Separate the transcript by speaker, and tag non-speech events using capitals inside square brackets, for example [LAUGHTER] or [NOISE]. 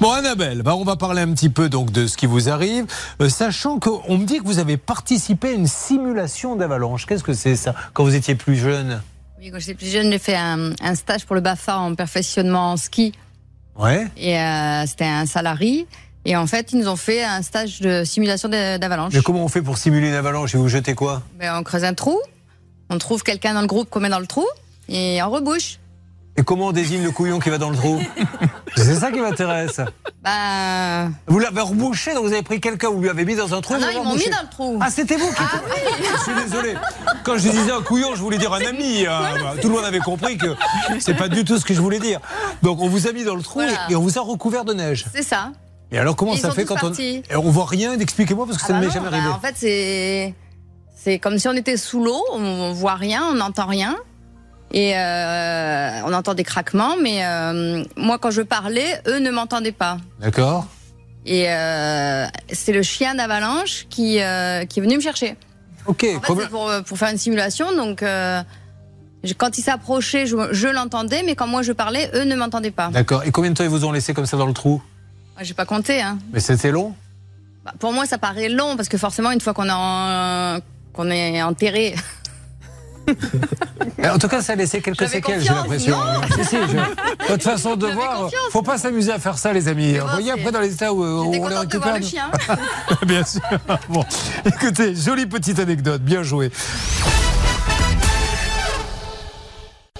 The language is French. Speaker 1: Bon, Annabelle, bah, on va parler un petit peu donc de ce qui vous arrive, euh, sachant qu'on me dit que vous avez participé à une simulation d'avalanche. Qu'est-ce que c'est ça Quand vous étiez plus jeune
Speaker 2: Oui, quand j'étais plus jeune, j'ai fait un, un stage pour le BAFA en perfectionnement en ski.
Speaker 1: Ouais.
Speaker 2: Et euh, c'était un salarié. Et en fait, ils nous ont fait un stage de simulation d'a- d'avalanche.
Speaker 1: Mais comment on fait pour simuler une avalanche et vous jetez quoi
Speaker 2: Ben, on creuse un trou, on trouve quelqu'un dans le groupe qu'on met dans le trou, et on rebouche.
Speaker 1: Et comment on désigne le couillon qui va dans le trou
Speaker 2: [LAUGHS]
Speaker 1: C'est ça qui m'intéresse.
Speaker 2: Ben,
Speaker 1: Vous l'avez rebouché, donc vous avez pris quelqu'un, vous lui avez mis dans un trou.
Speaker 2: ah
Speaker 1: vous
Speaker 2: non,
Speaker 1: l'avez
Speaker 2: ils m'ont mis
Speaker 1: rebouché.
Speaker 2: dans le trou.
Speaker 1: Ah, c'était vous qui. Je suis désolé. Quand je disais un couillon, je voulais dire un ami. hein. Bah, Tout le monde avait compris que c'est pas du tout ce que je voulais dire. Donc on vous a mis dans le trou
Speaker 2: Voilà.
Speaker 1: et on vous a recouvert de neige.
Speaker 2: C'est ça.
Speaker 1: Et alors comment
Speaker 2: Ils
Speaker 1: ça
Speaker 2: sont
Speaker 1: fait
Speaker 2: tous
Speaker 1: quand
Speaker 2: partis.
Speaker 1: on et on voit rien Expliquez-moi parce que ça
Speaker 2: Ah
Speaker 1: ne
Speaker 2: bah
Speaker 1: m'est
Speaker 2: non,
Speaker 1: jamais
Speaker 2: bah
Speaker 1: arrivé.
Speaker 2: en fait, c'est c'est comme si on était sous l'eau, on, on voit rien, on n'entend rien. Et euh, on entend des craquements, mais euh, moi, quand je parlais, eux ne m'entendaient pas.
Speaker 1: D'accord.
Speaker 2: Et euh, c'est le chien d'avalanche qui, euh, qui est venu me chercher.
Speaker 1: Ok.
Speaker 2: En fait,
Speaker 1: combien-
Speaker 2: c'est pour, euh, pour faire une simulation, donc euh, je- quand ils s'approchaient, je, je l'entendais, mais quand moi je parlais, eux ne m'entendaient pas. Moi,
Speaker 1: D'accord. Et combien de temps ils vous ont laissé comme ça dans le trou
Speaker 2: J'ai pas compté. Hein.
Speaker 1: Mais c'était long.
Speaker 2: Bah, pour moi, ça paraît long parce que forcément, une fois qu'on est en- qu'on est enterré,
Speaker 1: Euh, En tout cas, ça a laissé quelques
Speaker 2: J'avais
Speaker 1: séquelles, j'ai
Speaker 2: confiance,
Speaker 1: l'impression.
Speaker 2: non
Speaker 1: [LAUGHS] Si, si,
Speaker 2: [LAUGHS]
Speaker 1: je- Votre façon de
Speaker 2: J'avais
Speaker 1: voir,
Speaker 2: confiance.
Speaker 1: faut pas s'amuser à faire ça, les amis.
Speaker 2: bon,
Speaker 1: Vous voyez
Speaker 2: c'est-
Speaker 1: après dans les états où euh,
Speaker 2: j'étais
Speaker 1: on les
Speaker 2: contente de voir
Speaker 1: récupère.
Speaker 2: le chien.
Speaker 1: [LAUGHS] Bien sûr. Bon, écoutez, jolie petite anecdote, bien joué.